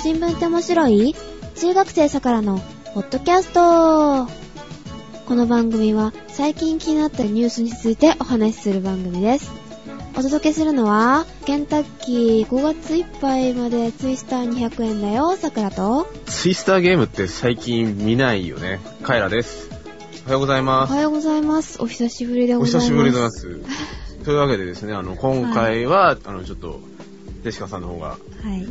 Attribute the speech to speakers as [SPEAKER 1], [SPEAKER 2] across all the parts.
[SPEAKER 1] 新聞って面白い中学生さからのポッドキャストこの番組は最近気になったニュースについてお話しする番組ですお届けするのはケンタッキー5月いっぱいまでツイスター200円だよさくらと
[SPEAKER 2] ツイスターゲームって最近見ないよね。カエラです。おはようござい
[SPEAKER 1] お
[SPEAKER 2] ます。
[SPEAKER 1] はようございますお久しぶりで
[SPEAKER 2] お
[SPEAKER 1] ござい
[SPEAKER 2] 久
[SPEAKER 1] ます
[SPEAKER 2] しぶりでござい ます。というわけでですね、あの、今回は、あの、ちょっと、デシカさんの方が、
[SPEAKER 1] はい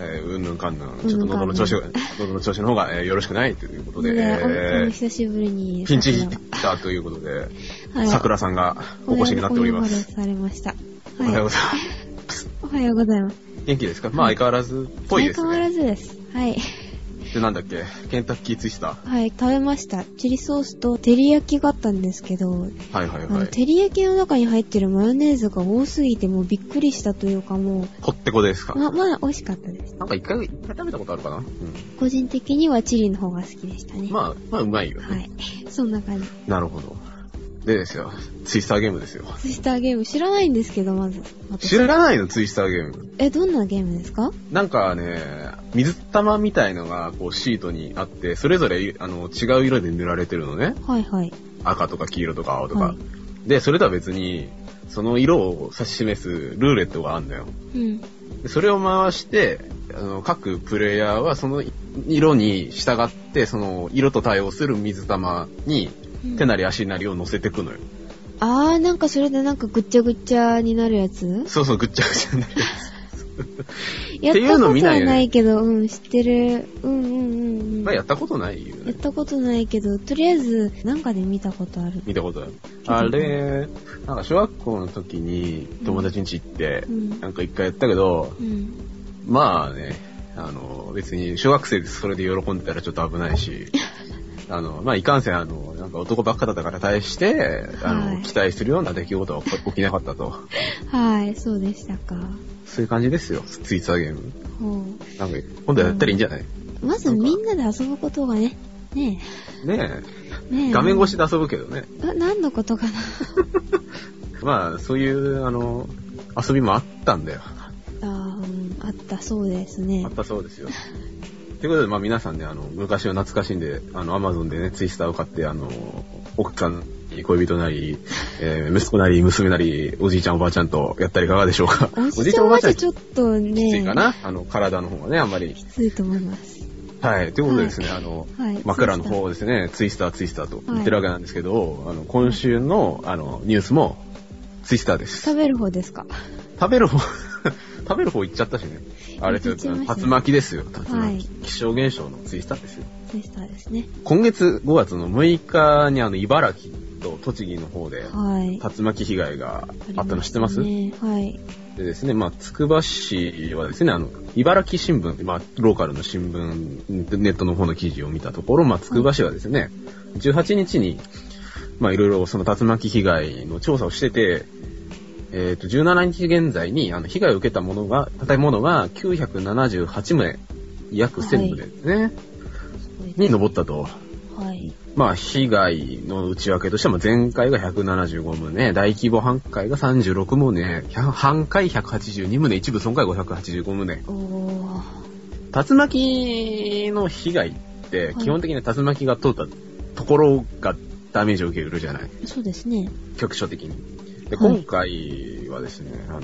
[SPEAKER 2] えー、うんぬんかんぬん、ちょっと喉の調子が
[SPEAKER 1] うんぬん、
[SPEAKER 2] 喉の調子の方が、えーよろしくないということで、
[SPEAKER 1] ね
[SPEAKER 2] え
[SPEAKER 1] 本当に
[SPEAKER 2] ー
[SPEAKER 1] 久しぶりに
[SPEAKER 2] ピンチヒッターということで、
[SPEAKER 1] はい
[SPEAKER 2] さくらさんがお越しになっております。
[SPEAKER 1] お呼ばれされました
[SPEAKER 2] おは
[SPEAKER 1] は
[SPEAKER 2] ようご
[SPEAKER 1] い
[SPEAKER 2] ざいます。
[SPEAKER 1] おはようございます
[SPEAKER 2] 元気ですかまあ相変わらずっぽいです
[SPEAKER 1] 相変わら
[SPEAKER 2] ね。
[SPEAKER 1] ずですはい
[SPEAKER 2] で、なんだっけケンタッキーツイスタ
[SPEAKER 1] はい、食べました。チリソースと照り焼きがあったんですけど、
[SPEAKER 2] ーはいはい
[SPEAKER 1] あ
[SPEAKER 2] は
[SPEAKER 1] の、
[SPEAKER 2] い。
[SPEAKER 1] 照り焼きの中に入ってるマヨネーズが多すぎて、もうびっくりしたというか、も
[SPEAKER 2] こってこですか
[SPEAKER 1] う、ま、まだ美味しかったです。
[SPEAKER 2] なんか一回、一回食べたことあるかなうん。
[SPEAKER 1] 個人的にはチリの方が好きでしたね。
[SPEAKER 2] まあ、まあ、うまいよね。
[SPEAKER 1] はい。 そんな感じ。
[SPEAKER 2] なるほど。でですよ、ツイスターゲームですよ。
[SPEAKER 1] ツイスターゲーム知らないんですけど、まず。私
[SPEAKER 2] 知らないの、ツイスターゲーム。
[SPEAKER 1] え、どんなゲームですか
[SPEAKER 2] なんかね、水玉みたいのが、こう、シートにあって、それぞれ、あの、違う色で塗られてるのね。
[SPEAKER 1] はいはい。
[SPEAKER 2] 赤とか黄色とか青とか。
[SPEAKER 1] はい
[SPEAKER 2] で、それとは別に、その色を指し示すルーレットがあるんだよ。
[SPEAKER 1] うん。
[SPEAKER 2] でそれを回して、あの、各プレイヤーはその色に従って、その色と対応する水玉に、手なり足なりを乗せていくのよ。
[SPEAKER 1] あー、なんかそれでなんかぐっちゃぐっちゃになるやつ
[SPEAKER 2] そうそう、ぐっちゃぐちゃになって
[SPEAKER 1] やっ
[SPEAKER 2] って
[SPEAKER 1] た
[SPEAKER 2] いうの
[SPEAKER 1] こ
[SPEAKER 2] 見
[SPEAKER 1] と
[SPEAKER 2] ない
[SPEAKER 1] は
[SPEAKER 2] よね
[SPEAKER 1] ないけど、うん、知ってる。うんうんうんうん。
[SPEAKER 2] まあやったことない
[SPEAKER 1] や
[SPEAKER 2] よ
[SPEAKER 1] っ
[SPEAKER 2] ね。
[SPEAKER 1] たことないけど、とりあえず、なんかで見たことある。
[SPEAKER 2] 見たことある。あれ、なんか小学校の時に友達ん家行って
[SPEAKER 1] う、ん。
[SPEAKER 2] なんか一回やったけど、
[SPEAKER 1] うん。
[SPEAKER 2] まあね、あの、別に小学生でそれで喜んでたらちょっと危ないし、あの、まあいかんせん、あの、なんか男ばっかだったから対して、あの、
[SPEAKER 1] はい
[SPEAKER 2] 期待するような出来事は起きなかったと。
[SPEAKER 1] はい、そうでしたか。
[SPEAKER 2] そういう感じですよ、ツイッターゲーム。
[SPEAKER 1] ほ
[SPEAKER 2] なんか、今度やったらいいんじゃない、
[SPEAKER 1] う。まず
[SPEAKER 2] なんか
[SPEAKER 1] みんなで遊ぶことがね、ね
[SPEAKER 2] ね
[SPEAKER 1] え、ねえ。
[SPEAKER 2] え。画面越しで遊ぶけどね。
[SPEAKER 1] な。 何のことか
[SPEAKER 2] まあ、そういう、あの、遊びもあったんだよ。
[SPEAKER 1] な。あー、うん、あったそうです
[SPEAKER 2] あ
[SPEAKER 1] ね
[SPEAKER 2] っ。たそうですよ。ということで、まあ皆さんね、あの、昔を懐かしんで、あの、アマゾンでね、ツイスターを買って、あの、奥さん、恋人なり、えー息子なり、娘なり、おじいちゃん、おばあちゃんとやったりいかがでしょうか。
[SPEAKER 1] おじちゃんは
[SPEAKER 2] ちゃん
[SPEAKER 1] ちょっとね、
[SPEAKER 2] きついかな、あの、体の方はね、あんまり
[SPEAKER 1] き。ついと思います。
[SPEAKER 2] はい。ということでですね、あの、
[SPEAKER 1] はい
[SPEAKER 2] 枕の方をですね、ツイスター、ツイスターと言ってるわけなんですけど、あの、今週の、あの、ニュースも、ツイスターです。
[SPEAKER 1] 食べる方ですか。
[SPEAKER 2] 食べる方、 食べる方行っちゃったしね。あれ、ちょっと、
[SPEAKER 1] 行っちゃいましたね
[SPEAKER 2] 竜巻ですよ。竜巻、
[SPEAKER 1] はい
[SPEAKER 2] 気象現象のツイスターですよ。
[SPEAKER 1] そうしたですね。
[SPEAKER 2] 今月5月の6日にあの、茨城と栃木の方で、
[SPEAKER 1] はい。
[SPEAKER 2] 竜巻被害があったの知ってます
[SPEAKER 1] ありしたねはい。
[SPEAKER 2] でですね、まあ、つくば市はですね、あの、茨城新聞、まあ、ローカルの新聞、ネットの方の記事を見たところ、まあ、つくば市はですね、18日に、まあ、いろいろその竜巻被害の調査をしてて、えっ、と、17日現在に、あの、被害を受けたものが、建物が978棟、約1000棟ですね、に上ったと。
[SPEAKER 1] た。はい。
[SPEAKER 2] まあ、被害の内訳としても、前回が175棟、大規模半壊が36棟、100半壊182棟、一部損壊585
[SPEAKER 1] おー。
[SPEAKER 2] 棟。竜巻の被害って、基本的に竜巻が通ったところがダメージを受けるじゃない
[SPEAKER 1] そうですね。
[SPEAKER 2] 局所的に。で、
[SPEAKER 1] はい
[SPEAKER 2] 今回はですね、あの、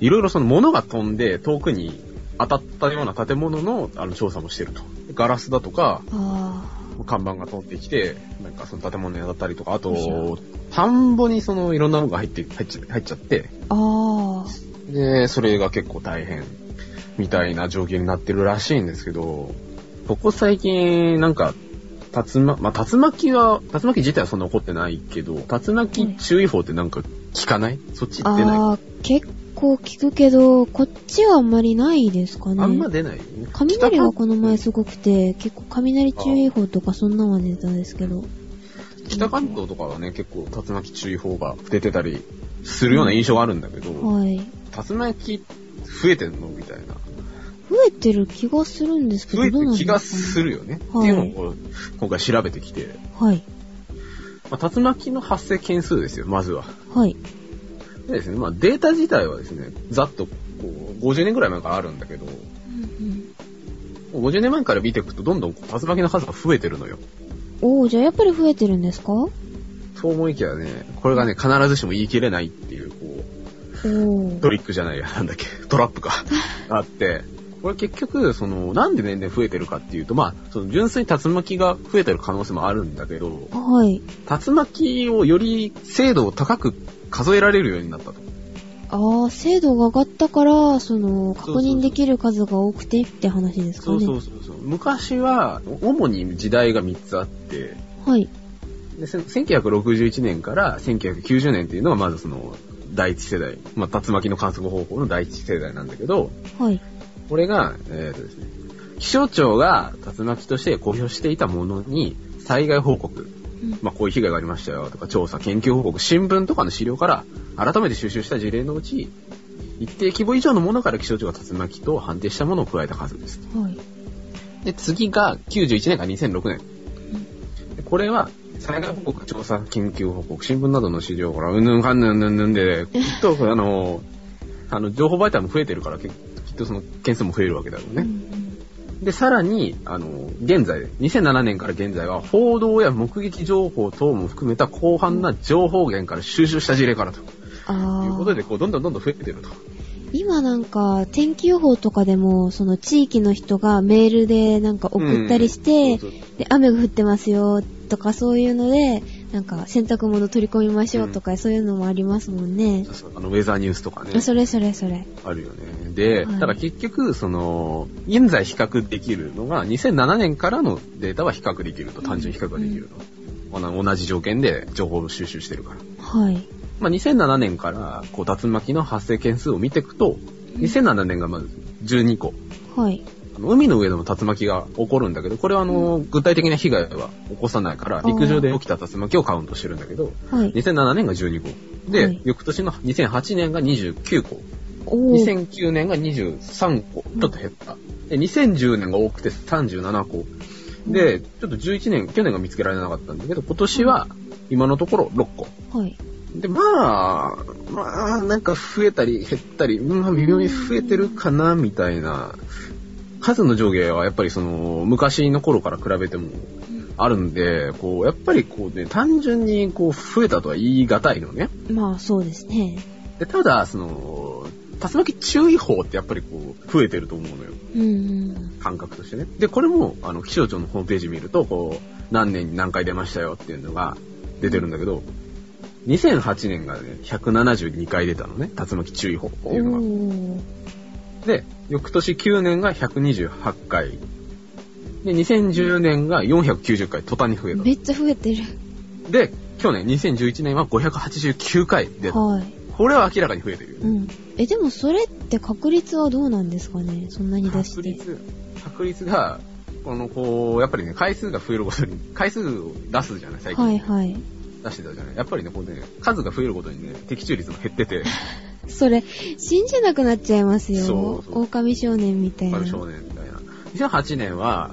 [SPEAKER 2] いろいろその物が飛んで遠くに当たったような建物のあの調査もしてると。ガラスだとか、
[SPEAKER 1] あ
[SPEAKER 2] 看板が通ってきて、なんかその建物に当たったりとか、あ
[SPEAKER 1] よいしょ
[SPEAKER 2] と、田んぼにそのいろんなものが入って、入っちゃ入っちゃって、
[SPEAKER 1] ー。あー。
[SPEAKER 2] で、それが結構大変みたいな状況になってるらしいんですけど、ここ最近なんか、竜巻、まあ、竜巻は、竜巻自体はそんな起こってないけど、竜巻注意報ってなんか聞かないそっち出ない
[SPEAKER 1] ああー、結構聞くけど、こっちはあんまりないですかね。
[SPEAKER 2] あんま出ないよね。
[SPEAKER 1] 雷がこの前
[SPEAKER 2] 北
[SPEAKER 1] すごくて、結構雷注意報とかそんなのは出たんですけど。
[SPEAKER 2] 関北関東とかはね、結構竜巻注意報が出てたりするような印象があるんだけど、
[SPEAKER 1] はい。
[SPEAKER 2] 竜巻増えてんのみたいな。
[SPEAKER 1] 増えてる気がするんですけど、
[SPEAKER 2] 増えて
[SPEAKER 1] どうな
[SPEAKER 2] る
[SPEAKER 1] ん
[SPEAKER 2] 気
[SPEAKER 1] で
[SPEAKER 2] が
[SPEAKER 1] す
[SPEAKER 2] す
[SPEAKER 1] かね
[SPEAKER 2] るよね。
[SPEAKER 1] はい
[SPEAKER 2] っていうのをこう今回調べてきて、
[SPEAKER 1] はい。
[SPEAKER 2] まあ、竜巻の発生件数ですよ、まずは。
[SPEAKER 1] はい。
[SPEAKER 2] でですね、まあデータ自体はですね、ざっとこう50年ぐらい前からあるんだけど、
[SPEAKER 1] うん
[SPEAKER 2] 50年前から見ていくとどんどん竜巻の数が増えてるのよ。
[SPEAKER 1] おー、じゃあやっぱり増えてるんですかお
[SPEAKER 2] そう思いきやね、これがね、必ずしも言い切れないっていう、こう、
[SPEAKER 1] ー。
[SPEAKER 2] トリックじゃないや、なんだっけ、 トラップか、あって、これ結局、その、なんで年々増えてるかっていうと、まあ、その純粋に竜巻が増えてる可能性もあるんだけど、
[SPEAKER 1] はい。
[SPEAKER 2] 竜巻をより精度を高く数えられるようになったと。
[SPEAKER 1] あー、精度が上がったから、その、
[SPEAKER 2] そうそ
[SPEAKER 1] 確
[SPEAKER 2] う
[SPEAKER 1] 認できる数が多くてって話ですか
[SPEAKER 2] そ
[SPEAKER 1] ね。
[SPEAKER 2] うそうそうそう。昔は、主に時代が3つあって、
[SPEAKER 1] はい。
[SPEAKER 2] で、せん1961年から1990年っていうのがまずその、第一世代、まあ、竜巻の観測方法の第一世代なんだけど、
[SPEAKER 1] はい。
[SPEAKER 2] これが、えーとですね、気象庁が竜巻として公表していたものに、災害報告、
[SPEAKER 1] うん
[SPEAKER 2] まあ、こういう被害がありましたよとか、調査、研究報告、新聞とかの資料から、改めて収集した事例のうち、一定規模以上のものから気象庁が竜巻と判定したものを加えた数です。
[SPEAKER 1] はい。
[SPEAKER 2] で、次が91年から2006年。でこれは、災害報告、調査、研究報告、新聞などの資料から、うんぬんかんぬんぬんぬんで、きっと、あの、あの、情報媒体も増えてるから、ききっとその件数も増えるわけだろう
[SPEAKER 1] う
[SPEAKER 2] ね。
[SPEAKER 1] ん
[SPEAKER 2] で、さらに、あの、現在、2007年から現在は、報道や目撃情報等も含めた広範な情報源から収集した事例からとい
[SPEAKER 1] あ
[SPEAKER 2] うこと
[SPEAKER 1] ー
[SPEAKER 2] で、こう、どんどんどんどん増えてると。
[SPEAKER 1] 今なんか天気予報とかでもその地域の人がメールでなんか送ったりして、
[SPEAKER 2] うんそうそう
[SPEAKER 1] で雨が降ってますよとかそういうのでなんか洗濯物取り込みましょうとか、そういうのもありますもんね
[SPEAKER 2] そう、そうあの、ウェザーニュースとかね。
[SPEAKER 1] あそれそれそれ
[SPEAKER 2] あるよね。で、
[SPEAKER 1] はい
[SPEAKER 2] ただ結局、その、現在比較できるのが、2007年からのデータは比較できると、単純比較ができると。同同じ条件で情報を収集してるから。
[SPEAKER 1] はい
[SPEAKER 2] まあ、2007年から、こう、竜巻の発生件数を見ていくと、2007年がまず12個。
[SPEAKER 1] はい
[SPEAKER 2] あの海の上でも竜巻が起こるんだけど、これはあの、具体的な被害は起こさないから、
[SPEAKER 1] ー
[SPEAKER 2] 陸上で起きた竜巻をカウントしてるんだけど、
[SPEAKER 1] はい
[SPEAKER 2] 2007年が12個。
[SPEAKER 1] は
[SPEAKER 2] で
[SPEAKER 1] い、
[SPEAKER 2] 翌年の2008年が29個。
[SPEAKER 1] おー
[SPEAKER 2] 2009年が23個、ちょっと減った。で、2010年が多くて37個。で、ちょっと11年、去年が見つけられなかったんだけど、今年は今のところ6個。
[SPEAKER 1] はい
[SPEAKER 2] で、まあ、まあ、なんか増えたり減ったり、うんまあ微妙に増えてるかな、みたいな。数の上下はやっぱりその、昔の頃から比べてもあるんで、こう、やっぱりこうね、単純にこう、増えたとは言い難いのね。
[SPEAKER 1] まあそうですね
[SPEAKER 2] で、ただ、その、竜巻注意報ってやっぱりこう、増えてると思うのよ。
[SPEAKER 1] うんうん
[SPEAKER 2] 感覚としてね。で、これも、あの、気象庁のホームページ見ると、こう、何年に何回出ましたよっていうのが出てるんだけど、2008年がね、172回出たのね、竜巻注意報って
[SPEAKER 1] お
[SPEAKER 2] いうの
[SPEAKER 1] ー
[SPEAKER 2] が。で、翌年9年が128回。で、2010年が490回、途端に増えた。
[SPEAKER 1] めっちゃ増えてる
[SPEAKER 2] で、去年、2011年は589回出た。
[SPEAKER 1] はい
[SPEAKER 2] これは明らかに増えてるよね。
[SPEAKER 1] うんえでもそれって確率はどうなんですかねそんなに出し
[SPEAKER 2] 確
[SPEAKER 1] て
[SPEAKER 2] 率、確率が、この、こう、やっぱりね、回数が増えるごとに、回数を出すじゃない、最近。
[SPEAKER 1] はいはい
[SPEAKER 2] 出してたじゃない。やっぱりね、こうね、数が増えるごとにね、的中率も減ってて、
[SPEAKER 1] それ、信じなくなっちゃいますよ。
[SPEAKER 2] そうそう
[SPEAKER 1] 狼少年みたいな。
[SPEAKER 2] 丸少年みたいな。2008年は、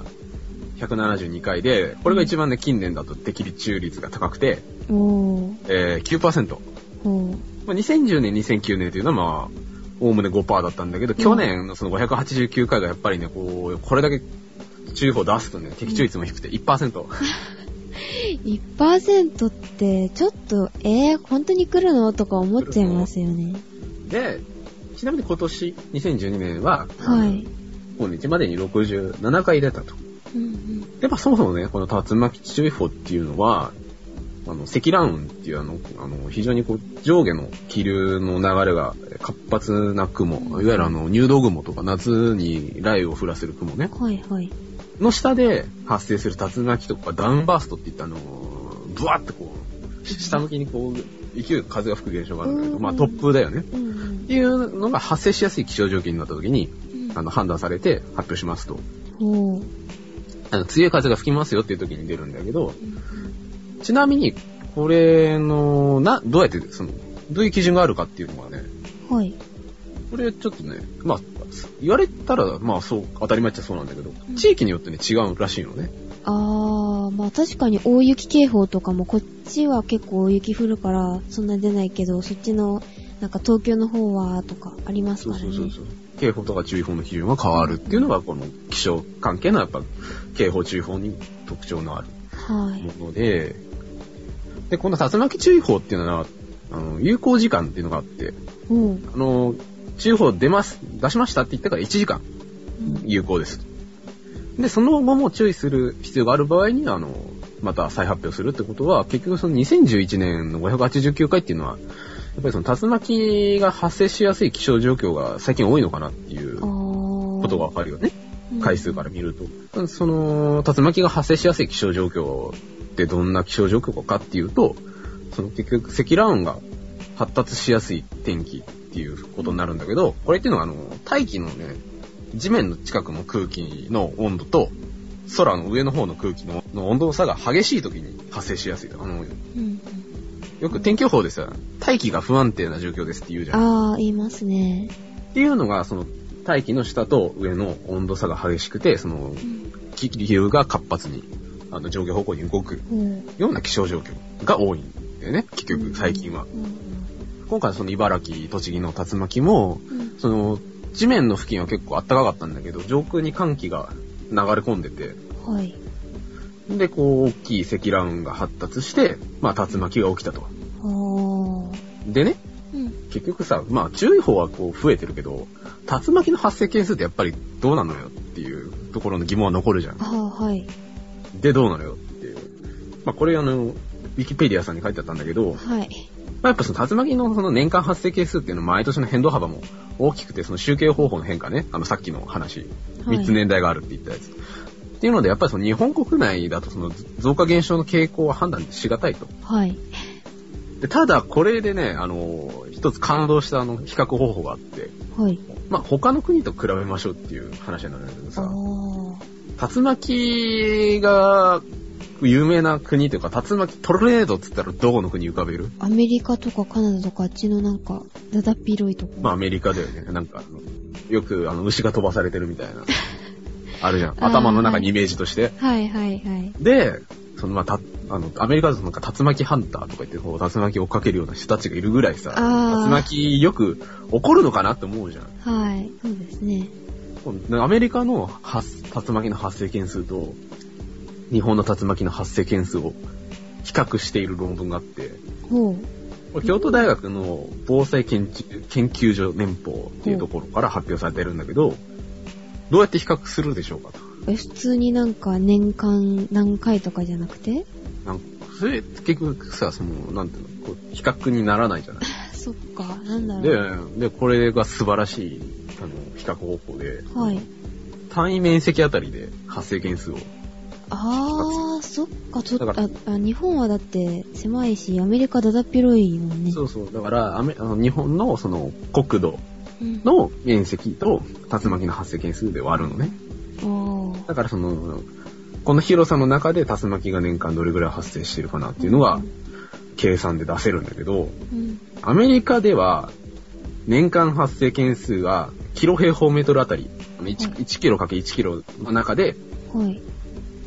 [SPEAKER 2] 172回で、これが一番ね、近年だと的中率が高くて、
[SPEAKER 1] おー
[SPEAKER 2] えー、9%。
[SPEAKER 1] おー
[SPEAKER 2] まあ、2010年、2009年というのはまあ、おおむね5%だったんだけど、去年のその589回がやっぱりね、こう、これだけ注意報出すとね、的中率も低くて1%。
[SPEAKER 1] 1%って、ちょっと、えー、本当に来るのとか思っちゃいますよね。
[SPEAKER 2] で、ちなみに今年、2012年は、
[SPEAKER 1] はい。
[SPEAKER 2] 今日までに67回出たと。
[SPEAKER 1] うんうん
[SPEAKER 2] やっぱそもそもね、この竜巻注意報っていうのは、あの、積乱雲っていうあの、あの、非常にこう、上下の気流の流れが活発な雲、いわゆるあの、入道雲とか夏に雷雨を降らせる雲ね、
[SPEAKER 1] はいはい。
[SPEAKER 2] の下で発生する竜巻とかダウンバーストっていったあの、ブワーってこう、下向きにこう、勢い風が吹く現象があるんだけど、まあ突風だよね。
[SPEAKER 1] うんう
[SPEAKER 2] っ
[SPEAKER 1] ん
[SPEAKER 2] ていうのが発生しやすい気象条件になった時に、
[SPEAKER 1] うん
[SPEAKER 2] あの、判断されて発表しますと。
[SPEAKER 1] おー
[SPEAKER 2] あの、強い風が吹きますよっていう時に出るんだけど、
[SPEAKER 1] うん
[SPEAKER 2] ちなみに、これの、な、どうやって、その、どういう基準があるかっていうのがね、
[SPEAKER 1] うんはい。
[SPEAKER 2] これちょっとね、まあ、言われたら、まあそう、当たり前っちゃそうなんだけど
[SPEAKER 1] う、ん
[SPEAKER 2] 地域によってね、違うらしいのね。
[SPEAKER 1] あー、まあ確かに大雪警報とかも、こっちは結構大雪降るから、そんな出ないけど、そっちの、なんか東京の方は、とかあります
[SPEAKER 2] そ
[SPEAKER 1] か
[SPEAKER 2] う
[SPEAKER 1] ら
[SPEAKER 2] そ
[SPEAKER 1] ね。
[SPEAKER 2] うそうそう。警報とか注意報の基準が変わるっていうのが、この気象関係のやっぱ警報注意報に特徴のある
[SPEAKER 1] はい。
[SPEAKER 2] もので、で、この竜巻注意報っていうのは、あの、有効時間っていうのがあって、
[SPEAKER 1] うん。
[SPEAKER 2] あの、注意報出ます、出しましたって言ったから1時間有効です。で、その後も注意する必要がある場合に、あの、また再発表するってことは、結局その2011年の589回っていうのは、やっぱりその竜巻が発生しやすい気象状況が最近多いのかなっていうこ
[SPEAKER 1] こと
[SPEAKER 2] がわかるよね。回数から見ると。その、竜巻が発生しやすい気象状況ってどんな気象状況かっていうと、その結局積乱雲が発達しやすい天気っていうことになるんだけど、これっていうのはあの、大気のね、地面の近くの空気の温度と、空の上の方の空気のの温度差が激しい時に発生しやすい。あの、
[SPEAKER 1] うん。
[SPEAKER 2] よく天気予報ですよ。大気が不安定な状況ですって言うじゃん。
[SPEAKER 1] ああ、言いますね。
[SPEAKER 2] っていうのが、その、大気の下と上の温度差が激しくて、その、気流が活発に、あの、上下方向に動く
[SPEAKER 1] うん。
[SPEAKER 2] ような気象状況が多いんだよね、結局、最近は。今回その茨城、栃木の竜巻も、
[SPEAKER 1] うん。
[SPEAKER 2] その、地面の付近は結構暖かかったんだけど、上空に寒気が流れ込んでて、
[SPEAKER 1] はい。
[SPEAKER 2] で、こう、大きい積乱雲が発達して、まあ、竜巻が起きたと。
[SPEAKER 1] あー。
[SPEAKER 2] でね、
[SPEAKER 1] うん。
[SPEAKER 2] 結局さ、まあ、注意報はこう、増えてるけど、竜巻の発生件数ってやっぱりどうなのよっていうところの疑問は残るじゃん。
[SPEAKER 1] ああ、はい。
[SPEAKER 2] で、どうなのよっていう。まあ、これあの、ウィキペディアさんに書いてあったんだけど、ま
[SPEAKER 1] はい。
[SPEAKER 2] あ、やっぱその竜巻のその年間発生係数っていうのは毎年の変動幅も大きくて、その集計方法の変化ね、あのさっきの話、
[SPEAKER 1] はい
[SPEAKER 2] 3つ年代があるって言ったやつ。っていうので、やっぱりその日本国内だとその増加減少の傾向は判断しがたいと。
[SPEAKER 1] はい。
[SPEAKER 2] でただ、これでね、あの、一つ感動したあの、比較方法があって、
[SPEAKER 1] はい。
[SPEAKER 2] まあ、他の国と比べましょうっていう話になるんだけど
[SPEAKER 1] あ
[SPEAKER 2] さ、
[SPEAKER 1] ー。
[SPEAKER 2] 竜巻が有名な国というか、竜巻トルネードって言ったらどこの国浮かべる
[SPEAKER 1] アメリカとかカナダとかあっちのなんか、だだっ広いとこ。
[SPEAKER 2] まあアメリカだよね。なんかあの、よくあの牛が飛ばされてるみ たいな。あるじゃん。頭の中にイメージとして。
[SPEAKER 1] はいはいはい。
[SPEAKER 2] で、そのまあ、た、あの、アメリカだとなんか竜巻ハンターとか言って、こう竜巻追っかけるような人たちがいるぐらいさ、
[SPEAKER 1] あー
[SPEAKER 2] 竜巻よく起こるのかなって思うじゃん。
[SPEAKER 1] はい。そうですね。
[SPEAKER 2] アメリカの発竜巻の発生件数と、日本の竜巻の発生件数を比較している論文があって、
[SPEAKER 1] ほう。
[SPEAKER 2] これ京都大学の防災研究研究所年報っていうところから発表されてるんだけど、どうやって比較するでしょうかと。
[SPEAKER 1] え、普通になんか年間何回とかじゃなくて
[SPEAKER 2] なんかそれ結局さ、その、なんていうの、こう比較にならないじゃない。
[SPEAKER 1] そっか、なんだろう。
[SPEAKER 2] で、で、これが素晴らしい、あの、比較方法で、
[SPEAKER 1] はい。
[SPEAKER 2] 単位面積あたりで発生件数を
[SPEAKER 1] あー、そっか、ちょっ
[SPEAKER 2] だか
[SPEAKER 1] と、あ、あ日本はだって狭いし、アメリカだだっ広いもんね。
[SPEAKER 2] そうそう。だから、アメあの日本のその国土
[SPEAKER 1] うん。
[SPEAKER 2] の面積と竜巻の発生件数で割るのね。
[SPEAKER 1] あー。
[SPEAKER 2] だからその、この広さの中で竜巻が年間どれぐらい発生してるかなっていうのは計算で出せるんだけど、
[SPEAKER 1] うん。
[SPEAKER 2] アメリカでは年間発生件数がキロ平方メートルあたり、1, 1キロかけ1キロの中で、
[SPEAKER 1] はい。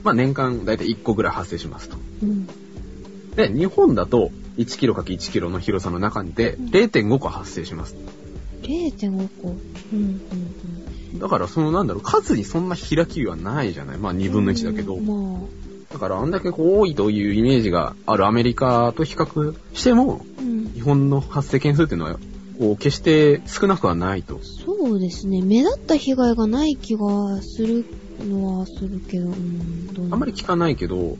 [SPEAKER 2] まあ年間だいたい1個ぐらい発生しますと。
[SPEAKER 1] うん。
[SPEAKER 2] で、日本だと1キロかけ1キロの広さの中で0.5個発生します。
[SPEAKER 1] 0.5個。うん、うん、うん。
[SPEAKER 2] だから、そのなんだろう、数にそんな開きはないじゃないまあ、2分の1だけど
[SPEAKER 1] うん。まあ、
[SPEAKER 2] だから、あんだけこう多いというイメージがあるアメリカと比較しても、
[SPEAKER 1] うん。
[SPEAKER 2] 日本の発生件数っていうのは、こう、決して少なくはないと。
[SPEAKER 1] そうですね。目立った被害がない気がするのはするけど、うん、どうな
[SPEAKER 2] あんまり聞かないけど、
[SPEAKER 1] う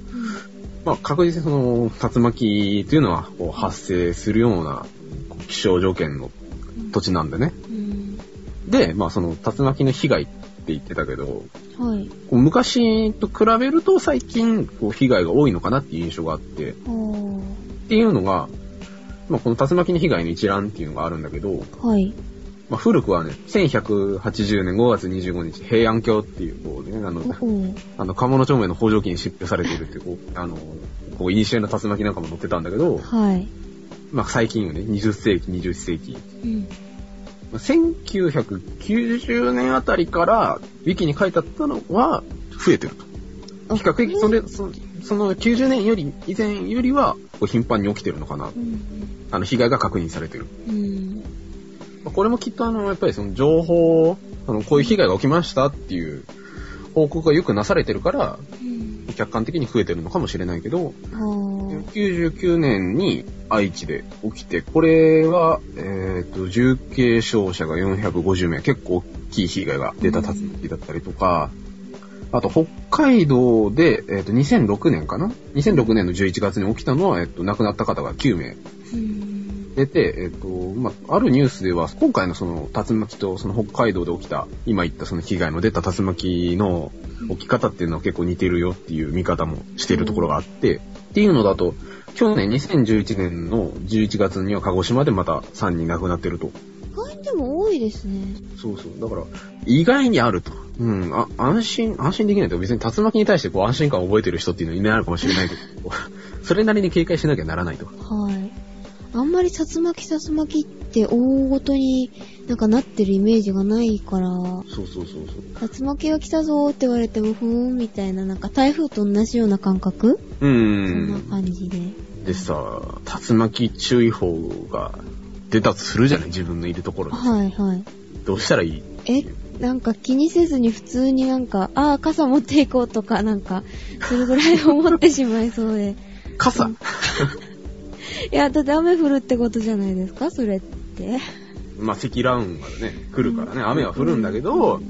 [SPEAKER 2] まあ、確実にその、竜巻っていうのは、こう、発生するような、こう気象条件の
[SPEAKER 1] ん。
[SPEAKER 2] 土地なんでね。
[SPEAKER 1] うん。
[SPEAKER 2] で、まあ、その、竜巻の被害って言ってたけど、
[SPEAKER 1] はい。
[SPEAKER 2] こう昔と比べると最近、こう、被害が多いのかなっていう印象があって、
[SPEAKER 1] あー。
[SPEAKER 2] っていうのが、まあ、この竜巻の被害の一覧っていうのがあるんだけど、
[SPEAKER 1] はい。
[SPEAKER 2] まあ、古くはね、1180年5月25日、平安京っていう、こうね、あの
[SPEAKER 1] お、お。
[SPEAKER 2] あの、鴨の町名の北条記に執筆されているっていう、こう、あの、こう、イニシエの竜巻なんかも載ってたんだけど、
[SPEAKER 1] はい。
[SPEAKER 2] まあ、最近よね、20世紀、21世紀。
[SPEAKER 1] うん。
[SPEAKER 2] まあ1990年あたりから、ウィキに書いてあったのは、増えてると。
[SPEAKER 1] あ
[SPEAKER 2] 比較的、それ、そその90年より、以前よりは、こう頻繁に起きてるのかな
[SPEAKER 1] う。ん。
[SPEAKER 2] あの、被害が確認されてる。
[SPEAKER 1] うん。
[SPEAKER 2] まあこれもきっとあの、やっぱりその情報、あの、こういう被害が起きましたっていう報告がよくなされてるから、
[SPEAKER 1] うん。
[SPEAKER 2] 客観的に増えてるのかもしれないけど、
[SPEAKER 1] ほう。
[SPEAKER 2] 99年に愛知で起きて、これは、えっ、と、重軽傷者が450名、結構大きい被害が出た竜巻だったりとか、あと、北海道で、えっ、と、2006年かな ?2006 年の11月に起きたのは、えっ、と、亡くなった方が9名
[SPEAKER 1] うん。
[SPEAKER 2] 出て、えっ、と、まあ、あるニュースでは、今回のその竜巻と、その北海道で起きた、今言ったその被害の出た竜巻の起き方っていうのは結構似てるよっていう見方もしてるところがあって、っていうのだと、去年2011年の11月には鹿児島でまた3人亡くなってると。
[SPEAKER 1] 意外にでも多いですね。
[SPEAKER 2] そうそう。だから、意外にあると。うん、あ、安心、安心できないと別に竜巻に対してこう安心感を覚えてる人っていうのはいないのかもしれないけど、それなりに警戒しなきゃならないと。
[SPEAKER 1] はい。あんまり竜巻竜巻って大ごとになんかなってるイメージがないから、
[SPEAKER 2] そうそうそうそう。
[SPEAKER 1] 竜巻が来たぞーって言われてもふーんみたいな、なんか台風と同じような感覚、
[SPEAKER 2] う。
[SPEAKER 1] そんなん感じで。
[SPEAKER 2] でさ、竜巻注意報が出たとするじゃない自分のいるところで。
[SPEAKER 1] はいはい。
[SPEAKER 2] どうしたらいい
[SPEAKER 1] え、なんか気にせずに普通になんか、ああ、傘持っていこうとかなんか、それぐらい思ってしまいそうで。
[SPEAKER 2] 傘
[SPEAKER 1] いや、だって雨降るってことじゃないですか、それって。
[SPEAKER 2] まあ、積乱雲がね、来るからね、雨は降るんだけど、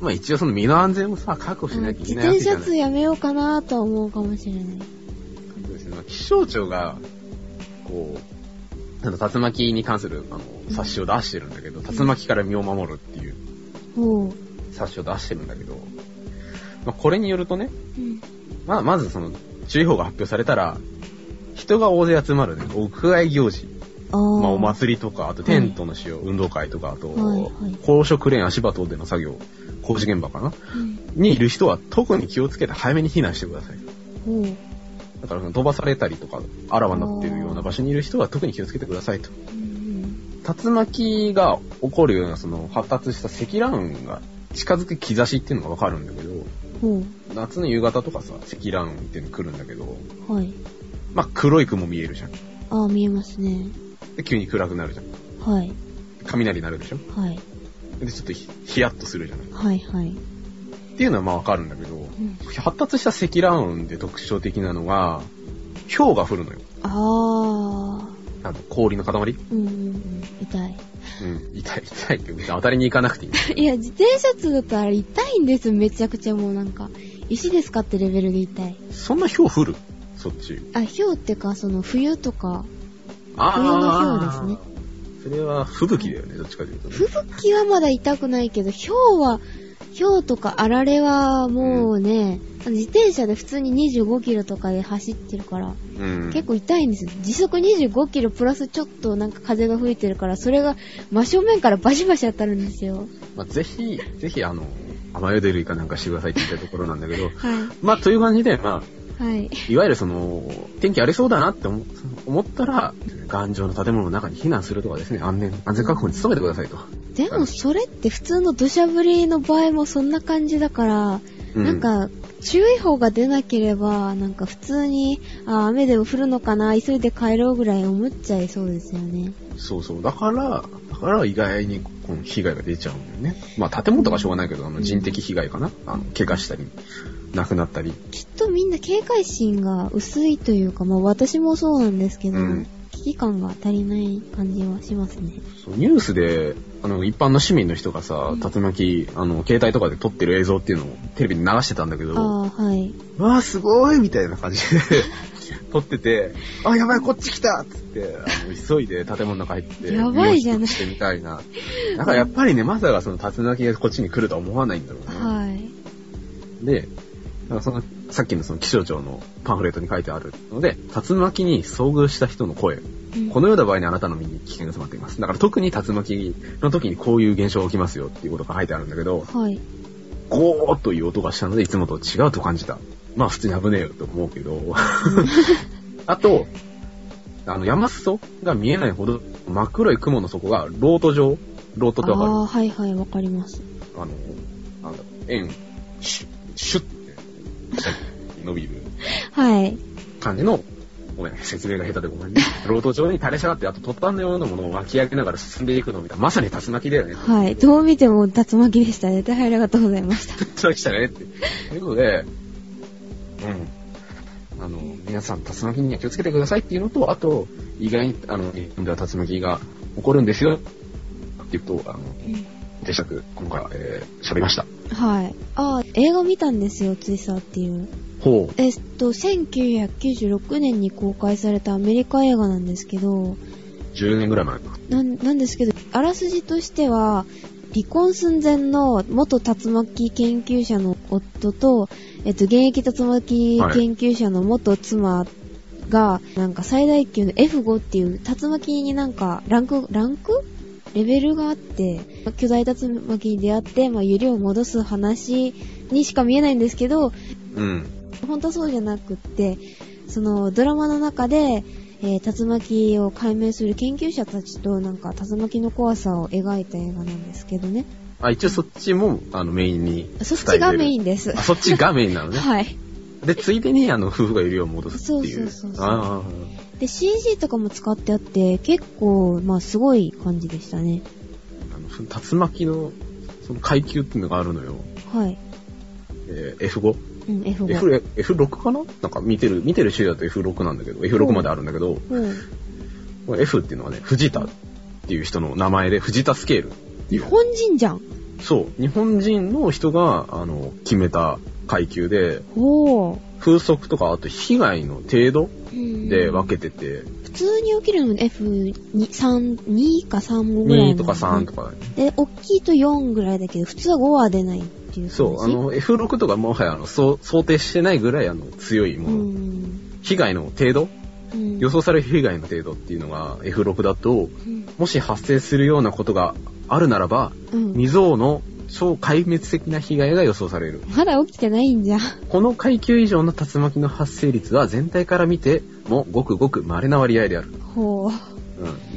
[SPEAKER 2] まあ一応その身の安全をさ、確保しなきゃい
[SPEAKER 1] 自
[SPEAKER 2] けないわけ
[SPEAKER 1] 転
[SPEAKER 2] じゃ
[SPEAKER 1] 車
[SPEAKER 2] ない。
[SPEAKER 1] 通やめようかなとは思うかもしれない。
[SPEAKER 2] そうですねまあ気象庁が、こう、あの、竜巻に関する、あの、冊子を出してるんだけど、竜巻から身を守るっていう
[SPEAKER 1] ほう。
[SPEAKER 2] 冊子を出してるんだけど、まあこれによるとね、
[SPEAKER 1] うん。
[SPEAKER 2] まあ、まずその、注意報が発表されたら、人が大勢集まるね、屋外行事。
[SPEAKER 1] ああ。
[SPEAKER 2] まあ、お祭りとか、あとテントの使用、運動会とか、あと、
[SPEAKER 1] はいはい
[SPEAKER 2] 高所クレーン足場等での作業、工事現場かな
[SPEAKER 1] うん。
[SPEAKER 2] にいる人は特に気をつけて早めに避難してください。
[SPEAKER 1] ほう。
[SPEAKER 2] だからその飛ばされたりとか、あらわになってるような場所にいる人は特に気をつけてくださいと。
[SPEAKER 1] うん
[SPEAKER 2] 竜巻が起こるようなその発達した積乱雲が近づく兆しっていうのがわかるんだけど、
[SPEAKER 1] うん。ほ
[SPEAKER 2] 夏の夕方とかさ、積乱雲っていうの来るんだけど、
[SPEAKER 1] う。はい。
[SPEAKER 2] まあ、黒い雲見えるじゃん。
[SPEAKER 1] ああ、見えますね。
[SPEAKER 2] で、急に暗くなるじゃん。
[SPEAKER 1] はい。
[SPEAKER 2] 雷鳴るでしょ
[SPEAKER 1] はい。
[SPEAKER 2] で、ちょっとひヒヤッとするじゃない。
[SPEAKER 1] はいはい。
[SPEAKER 2] っていうのはまあわかるんだけど、
[SPEAKER 1] うん、
[SPEAKER 2] 発達した積乱雲で特徴的なのが、氷が降るのよ。
[SPEAKER 1] ああ。
[SPEAKER 2] あの、氷の塊
[SPEAKER 1] うんうんうん。痛い。
[SPEAKER 2] うん。痛い痛いけど、別に当たりに行かなくていい。
[SPEAKER 1] いや、自転車通だとあれ痛いんですめちゃくちゃもうなんか。石ですかってレベルで痛い。
[SPEAKER 2] そんな氷降るそっち。
[SPEAKER 1] あ、氷っていうか、その冬とか、
[SPEAKER 2] あ
[SPEAKER 1] 冬の
[SPEAKER 2] ですね。それは吹雪だよね、どっちかというと、ね。
[SPEAKER 1] 吹雪はまだ痛くないけど、氷は、氷とかあられはもうね、自転車で普通に25キロとかで走ってるから、
[SPEAKER 2] うん。
[SPEAKER 1] 結構痛いんですよ。時速25キロプラスちょっとなんか風が吹いてるから、それが真正面からバシバシ当たるんですよ。
[SPEAKER 2] まあ、ぜひ、ぜひ、あの、雨宿りかなんかしてくださいって言ったところなんだけど、
[SPEAKER 1] は
[SPEAKER 2] まあ、という感じで、まあ、
[SPEAKER 1] い。はい。
[SPEAKER 2] いわゆるその、天気荒れそうだなって思思ったら、頑丈な建物の中に避難するとかですね、安全、安全確保に努めてくださいと。
[SPEAKER 1] でもそれって普通の土砂降りの場合もそんな感じだから、
[SPEAKER 2] う
[SPEAKER 1] なん、か注意報が出なければ、なんか普通に、あ、雨でも降るのかな、急いで帰ろうぐらい思っちゃいそうですよね。
[SPEAKER 2] そうそう。だから、だから意外にこの被害が出ちゃうんだよね。まあ建物とかしょうがないけど、あの人的被害かな。あの、怪我したり、亡くなったり。
[SPEAKER 1] きっとみんな警戒心が薄いというか、まあ私もそうなんですけど、
[SPEAKER 2] うん
[SPEAKER 1] 危機感が足りない感じはしますね。
[SPEAKER 2] そうニュースで、あの、一般の市民の人がさ
[SPEAKER 1] うん、
[SPEAKER 2] 竜巻、あの、携帯とかで撮ってる映像っていうのをテレビに流してたんだけど、
[SPEAKER 1] ああ、はい。
[SPEAKER 2] わあ、すごいみたいな感じで 撮ってて、あ、やばい、こっち来たっつって、あの急いで建物の中入って、
[SPEAKER 1] やばいじゃない
[SPEAKER 2] 身を引きしてみたいな。だからやっぱりね、まさかその竜巻がこっちに来るとは思わないんだろうね。
[SPEAKER 1] はい。
[SPEAKER 2] で、なんかその、さっきのその気象庁のパンフレットに書いてあるので、竜巻に遭遇した人の声。
[SPEAKER 1] うん
[SPEAKER 2] このような場合にあなたの身に危険が迫っています。だから特に竜巻の時にこういう現象が起きますよっていうことが書いてあるんだけど、
[SPEAKER 1] はい。
[SPEAKER 2] ゴーッという音がしたので、いつもと違うと感じた。まあ普通に危ねえよと思うけど。あと、あの、山裾が見えないほど真っ黒い雲の底がロート状。ロートってわかる
[SPEAKER 1] ああ、はいはい、わかります。
[SPEAKER 2] あの、なんだろう、円、シュッ、シュッって、下に伸びる
[SPEAKER 1] はい。
[SPEAKER 2] 感じのごめん、説明が下手でごめんね。ロード上に垂れ下がって、あと突端のようなものを巻き上げながら進んでいくのを見た。まさに竜巻だよね。
[SPEAKER 1] はい。どう見ても竜巻でしたね。大変ありがとうございま した。
[SPEAKER 2] そうでしたねって。ということで、うん。あの、皆さん、竜巻には気をつけてくださいっていうのと、あと、意外に、あの、日本では竜巻が起こるんですよ。っていうことを、あの、でしたく、今回は、えー、喋りました。
[SPEAKER 1] はい。あー、映画見たんですよ、ツイサーっていう。
[SPEAKER 2] ほ
[SPEAKER 1] えっと、1996年に公開されたアメリカ映画なんですけど、
[SPEAKER 2] う。10年ぐらい前か。
[SPEAKER 1] なんなんですけど、あらすじとしては、離婚寸前の元竜巻研究者の夫と、えっと、現役竜巻研究者の元妻が、なんか最大級の F5 っていう竜巻になんか、ランク、ランクレベルがあって、巨大竜巻に出会って、まあ、揺れを戻す話にしか見えないんですけど、
[SPEAKER 2] うん。
[SPEAKER 1] 本当そうじゃなくってそのドラマの中で、えー竜巻を解明する研究者たちとなんか竜巻の怖さを描いた映画なんですけどね
[SPEAKER 2] あ、一応そっちも、あの、メインに。
[SPEAKER 1] そっちがメイ
[SPEAKER 2] ン。
[SPEAKER 1] ンです
[SPEAKER 2] あ、そっちがメインなのね。
[SPEAKER 1] はい
[SPEAKER 2] で、ついでに、あの、夫婦がいるよう戻すっていう。
[SPEAKER 1] そうそうそうそう
[SPEAKER 2] ああ。
[SPEAKER 1] で CG とかも使ってあって結構まあすごい感じでしたね
[SPEAKER 2] あの、その竜巻の、その階級っていうのがあるのよ。
[SPEAKER 1] はい、
[SPEAKER 2] えー F5。
[SPEAKER 1] うん、F5
[SPEAKER 2] F F6 かななんか見てる、見てる種類だと F6 なんだけど、F6 まであるんだけど、
[SPEAKER 1] うん
[SPEAKER 2] これ F っていうのはね、藤田っていう人の名前で、藤田スケールってい
[SPEAKER 1] 日
[SPEAKER 2] う。
[SPEAKER 1] 本人じゃん
[SPEAKER 2] そう。日本人の人が、あの、決めた階級で、
[SPEAKER 1] おお
[SPEAKER 2] 風速とか、あと被害の程度で分け
[SPEAKER 1] て
[SPEAKER 2] てて、
[SPEAKER 1] 普通に起きるの F2 か3ぐらい
[SPEAKER 2] 2とか3と
[SPEAKER 1] か
[SPEAKER 2] か、
[SPEAKER 1] で大きいと4ぐらいだけど普通は5は出ないっていう感じ
[SPEAKER 2] そう、あの、F6 とかもはや、あの、そう想定してないぐらい、あの、強いうもの。
[SPEAKER 1] ん
[SPEAKER 2] 被害の程度
[SPEAKER 1] うん
[SPEAKER 2] 予想される被害の程度っていうのが F6 だと、
[SPEAKER 1] うん
[SPEAKER 2] もし発生するようなことがあるならば、未曾有の超壊滅的な被害が予想される。
[SPEAKER 1] まだ起きてないんじ ゃん。
[SPEAKER 2] この階級以上の竜巻の発生率は全体から見てもごくごく稀な割合である。
[SPEAKER 1] ほう。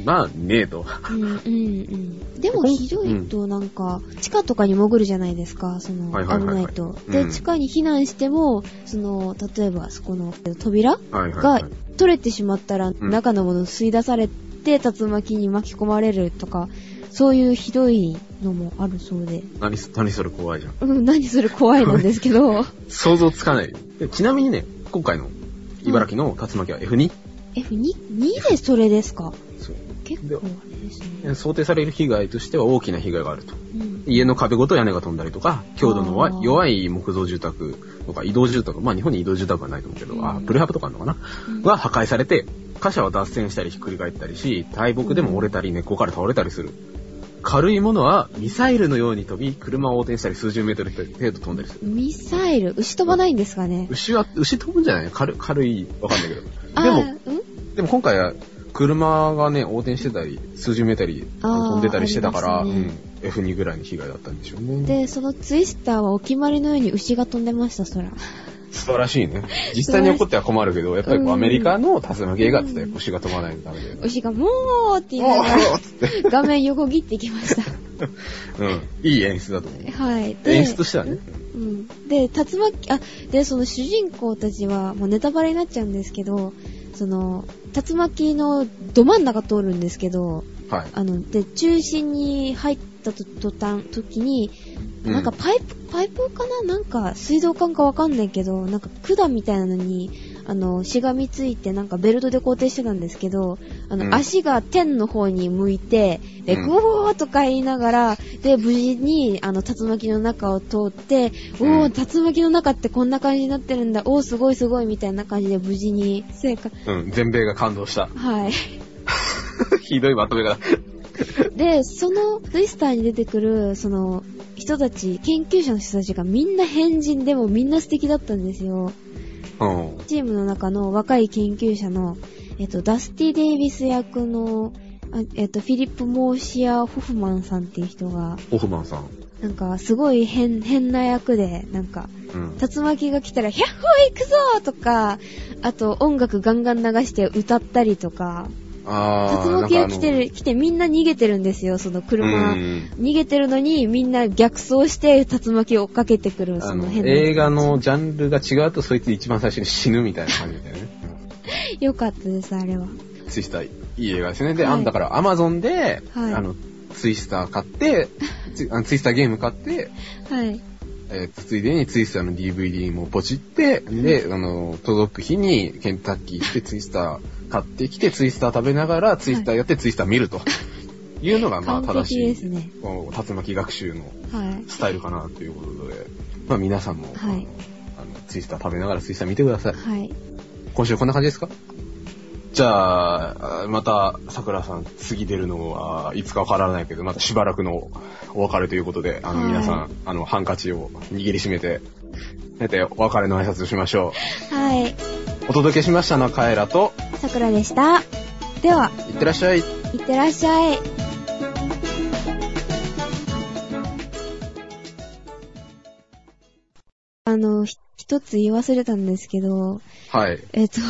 [SPEAKER 2] うん。まあ、ねえと。
[SPEAKER 1] うんうんうん。でもひどいとなんか、地下とかに潜るじゃないですか、その、
[SPEAKER 2] はいはい
[SPEAKER 1] 危
[SPEAKER 2] はいはい
[SPEAKER 1] ないと。
[SPEAKER 2] う
[SPEAKER 1] で、
[SPEAKER 2] ん
[SPEAKER 1] 地下に避難しても、その、例えばそこの扉
[SPEAKER 2] はい
[SPEAKER 1] が取れてしまったら、
[SPEAKER 2] ん
[SPEAKER 1] 中のものを吸い出されて、竜巻に巻き込まれるとか、そういうひどいのもあるそうで。
[SPEAKER 2] 何そ、何それ怖いじゃん。
[SPEAKER 1] うん、何それ怖いなんですけど、
[SPEAKER 2] 想像つかない。でちなみにね、今回の茨城の竜巻は F2。
[SPEAKER 1] F2 でそれですか
[SPEAKER 2] そう
[SPEAKER 1] 結構あれですね。
[SPEAKER 2] で想定される被害としては大きな被害があると。
[SPEAKER 1] うん
[SPEAKER 2] 家の壁ごと屋根が飛んだりとか、強度の弱い弱い木造住宅とか移動住宅、まあ日本に移動住宅はないと思うけど、
[SPEAKER 1] う
[SPEAKER 2] あ
[SPEAKER 1] ん、
[SPEAKER 2] プルハブとかあるのかな
[SPEAKER 1] うん
[SPEAKER 2] が破壊されて、貨車は脱線したりひっくり返ったりし、大木でも折れたり根っこから倒れたりする。軽いものはミサイルのように飛び、車を横転したり数十メートル程度飛んだりする。
[SPEAKER 1] ミサイル、牛飛ばないんですかね。
[SPEAKER 2] 牛は、牛飛ぶんじゃないの軽軽い、わかんないけど。
[SPEAKER 1] あ
[SPEAKER 2] でも、
[SPEAKER 1] ー、うん
[SPEAKER 2] でも今回は車がね、横転してたり、数十メートル飛んでたりしてたか
[SPEAKER 1] あー
[SPEAKER 2] ら、
[SPEAKER 1] ありまし
[SPEAKER 2] うん F2 ぐらいの被害だったんでしょうね。
[SPEAKER 1] で、そのツイスターはお決まりのように牛が飛んでました、 そら。
[SPEAKER 2] 素晴らしいね。実際に起こっては困るけど、やっぱりこう
[SPEAKER 1] うん
[SPEAKER 2] アメリカの竜巻映画って腰が飛ばないのダメで。
[SPEAKER 1] 牛が、もうって言いな
[SPEAKER 2] お
[SPEAKER 1] が
[SPEAKER 2] ーっつって。
[SPEAKER 1] ら、画面横切ってきました。
[SPEAKER 2] うん。いい演出だと思う。
[SPEAKER 1] はい。で、
[SPEAKER 2] 演出と してはね。
[SPEAKER 1] うん。で、竜巻、あ、で、その主人公たちは、もうネタバレになっちゃうんですけど、その、竜巻のど真ん中通るんですけど、
[SPEAKER 2] はい。
[SPEAKER 1] あの、で、中心に入ったと途端、時に、
[SPEAKER 2] うん
[SPEAKER 1] なんかパイプ、パイプかななんか水道管かわかんないけど、なんか管みたいなのに、あの、しがみついて、なんかベルトで固定してたんですけど、あの、
[SPEAKER 2] うん
[SPEAKER 1] 足が天の方に向いて、で、
[SPEAKER 2] うん
[SPEAKER 1] グオーとか言いながら、で、無事に、あの、竜巻の中を通って、お
[SPEAKER 2] うん
[SPEAKER 1] ー、竜巻の中ってこんな感じになってるんだ、おー、すごいすごい、みたいな感じで無事に、成果、
[SPEAKER 2] うん。全米が感動した。
[SPEAKER 1] はい。
[SPEAKER 2] ひどいまとめが。
[SPEAKER 1] で、そのツイスターに出てくる、その、人たち、研究者の人たちがみんな変人でもみんな素敵だったんですよ。
[SPEAKER 2] うん。
[SPEAKER 1] チームの中の若い研究者の、えっと、ダスティ・デイビス役の、あえっと、フィリップ・モーシア・ホフマンさんっていう人が、
[SPEAKER 2] ホフマンさん。
[SPEAKER 1] なんか、すごい変、変な役で、なんか、
[SPEAKER 2] うん。
[SPEAKER 1] 竜巻が来たら、ヒャッホー行くぞーとか、あと、音楽ガンガン流して歌ったりとか、
[SPEAKER 2] あ
[SPEAKER 1] 竜巻が来て
[SPEAKER 2] る。
[SPEAKER 1] る、来てみんな逃げてるんですよ、その車。
[SPEAKER 2] うん
[SPEAKER 1] 逃げてるのにみんな逆走して竜巻を追っかけてくる
[SPEAKER 2] あ
[SPEAKER 1] その
[SPEAKER 2] の
[SPEAKER 1] 変な
[SPEAKER 2] 映画のジャンルが違うとそいつ一番最初に死ぬみたいな感じだよね。
[SPEAKER 1] よかったです、あれは。
[SPEAKER 2] ツイスター、いい映画ですよね。で、
[SPEAKER 1] はい
[SPEAKER 2] あんだから、アマゾンで、
[SPEAKER 1] はい
[SPEAKER 2] あの、ツイスター買って、ツイあのツイスターゲーム買って、
[SPEAKER 1] はい。
[SPEAKER 2] えーついでにツイスターの DVD もポチって、で、あの、届く日にケンタッキー行ってツイスター買ってきて、ツイスター食べながらツイスターやってツイスター見ると。いうのが、まあ、
[SPEAKER 1] 完
[SPEAKER 2] 正
[SPEAKER 1] 璧
[SPEAKER 2] し
[SPEAKER 1] で
[SPEAKER 2] い、
[SPEAKER 1] すね
[SPEAKER 2] こう竜巻学習の
[SPEAKER 1] はい。
[SPEAKER 2] スタイルかなということで、まあ、皆さんも、
[SPEAKER 1] はい
[SPEAKER 2] あの、ツイスター食べながらツイスター見てください。
[SPEAKER 1] はい。
[SPEAKER 2] 今週こんな感じですかじゃあ、また、桜さん、次出るのはいつかわからないけど、またしばらくのお別れということで、あの、
[SPEAKER 1] はい
[SPEAKER 2] 皆さん、あの、ハンカチを握りしめて、だって、お別れの挨拶をしましょ
[SPEAKER 1] はい。
[SPEAKER 2] う。お届けしましたのはカエラと、
[SPEAKER 1] さくらでした。では、
[SPEAKER 2] いってらっしゃい。
[SPEAKER 1] いってらっしゃい。あの、ひ一つ言い忘れたんですけど、
[SPEAKER 2] はい。
[SPEAKER 1] えっ、と、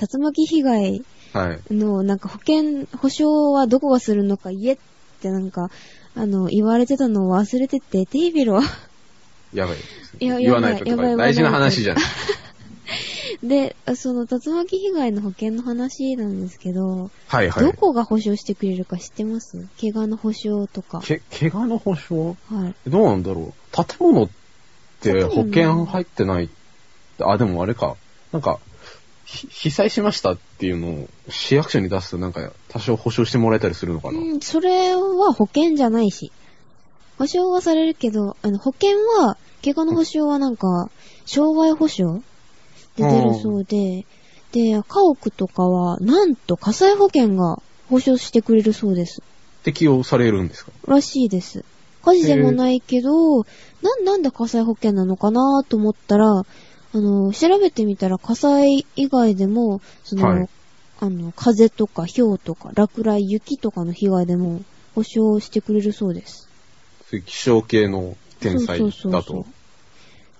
[SPEAKER 1] 竜巻被害
[SPEAKER 2] はい。
[SPEAKER 1] の、なんか保険、保証はどこがするのか言えってなんか、あの、言われてたのを忘れてて、テイビロ。
[SPEAKER 2] やばい。
[SPEAKER 1] いや
[SPEAKER 2] 言わないと
[SPEAKER 1] やば
[SPEAKER 2] と
[SPEAKER 1] い
[SPEAKER 2] か、
[SPEAKER 1] やばい
[SPEAKER 2] 大事な話じゃない。
[SPEAKER 1] で、その竜巻被害の保険の話なんですけど、
[SPEAKER 2] はいは
[SPEAKER 1] ど
[SPEAKER 2] い。
[SPEAKER 1] こが保証してくれるか知ってます怪我の保証とか。
[SPEAKER 2] け、怪我の保証
[SPEAKER 1] はい。
[SPEAKER 2] どうなんだろう。建物って
[SPEAKER 1] 建物
[SPEAKER 2] 保険入ってない。あ、でもあれか。なんか、ひ被災しましたっていうのを市役所に出すとなんか多少保証してもらえたりするのかな。
[SPEAKER 1] うん、それは保険じゃないし。保証はされるけど、あの、保険は、怪我の保証はなんか、障害保証で出るそうで、で、家屋とかは、なんと火災保険が保証してくれるそうです。
[SPEAKER 2] 適用されるんですから
[SPEAKER 1] しいです。火事でもないけど、なん、なんで火災保険なのかなと思ったら、あの、調べてみたら火災以外でも、その、
[SPEAKER 2] はい
[SPEAKER 1] あの、風とか氷とか落雷、雪とかの被害でも保証してくれるそうです。
[SPEAKER 2] そういう気象系の天才
[SPEAKER 1] そうそうそ
[SPEAKER 2] だ
[SPEAKER 1] うそう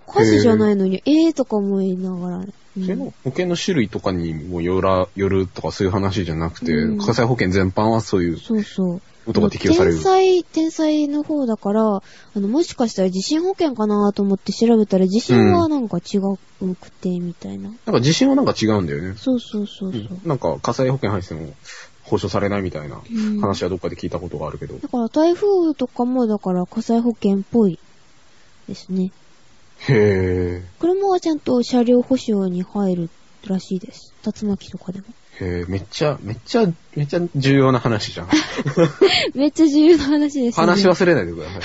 [SPEAKER 2] と。。
[SPEAKER 1] 火事じゃないのに、えーとか思いながら、うん
[SPEAKER 2] でも保険の種類とかにもよら、よるとかそういう話じゃなくて、
[SPEAKER 1] うん
[SPEAKER 2] 火災保険全般はそういう
[SPEAKER 1] そうそう。
[SPEAKER 2] ことが適用される
[SPEAKER 1] 天。才、天才の方だから、あの、もしかしたら地震保険かなと思って調べたら、地震はなんか違うくて、みたいな。
[SPEAKER 2] なんか地震はなんか違うんだよね。
[SPEAKER 1] そうそうそうそう。
[SPEAKER 2] なんか火災保険入ってても保証されないみたいな
[SPEAKER 1] うん
[SPEAKER 2] 話はどっかで聞いたことがあるけど。
[SPEAKER 1] だから台風とかも、だから火災保険っぽいですね。
[SPEAKER 2] へー。
[SPEAKER 1] 車はちゃんと車両保証に入るらしいです。竜巻とかでも。
[SPEAKER 2] へえ、めっちゃ、めっちゃ、めっちゃ重要な話 じゃん。
[SPEAKER 1] めっちゃ重要な話です、ね。
[SPEAKER 2] 話忘れないでく ださい。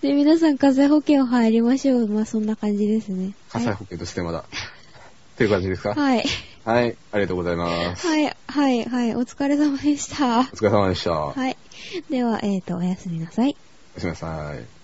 [SPEAKER 1] で、皆さん火災保険を入りましょう。まあ、そんな感じですね。
[SPEAKER 2] 火災保険としてまだ。という感じですか
[SPEAKER 1] はい。
[SPEAKER 2] はい、ありがとうございます。
[SPEAKER 1] はい、はい、はい。お疲れ様でした
[SPEAKER 2] お。疲れ様でした。おや
[SPEAKER 1] はい。では、えっ、と、おやすみなさい。
[SPEAKER 2] すみなさい。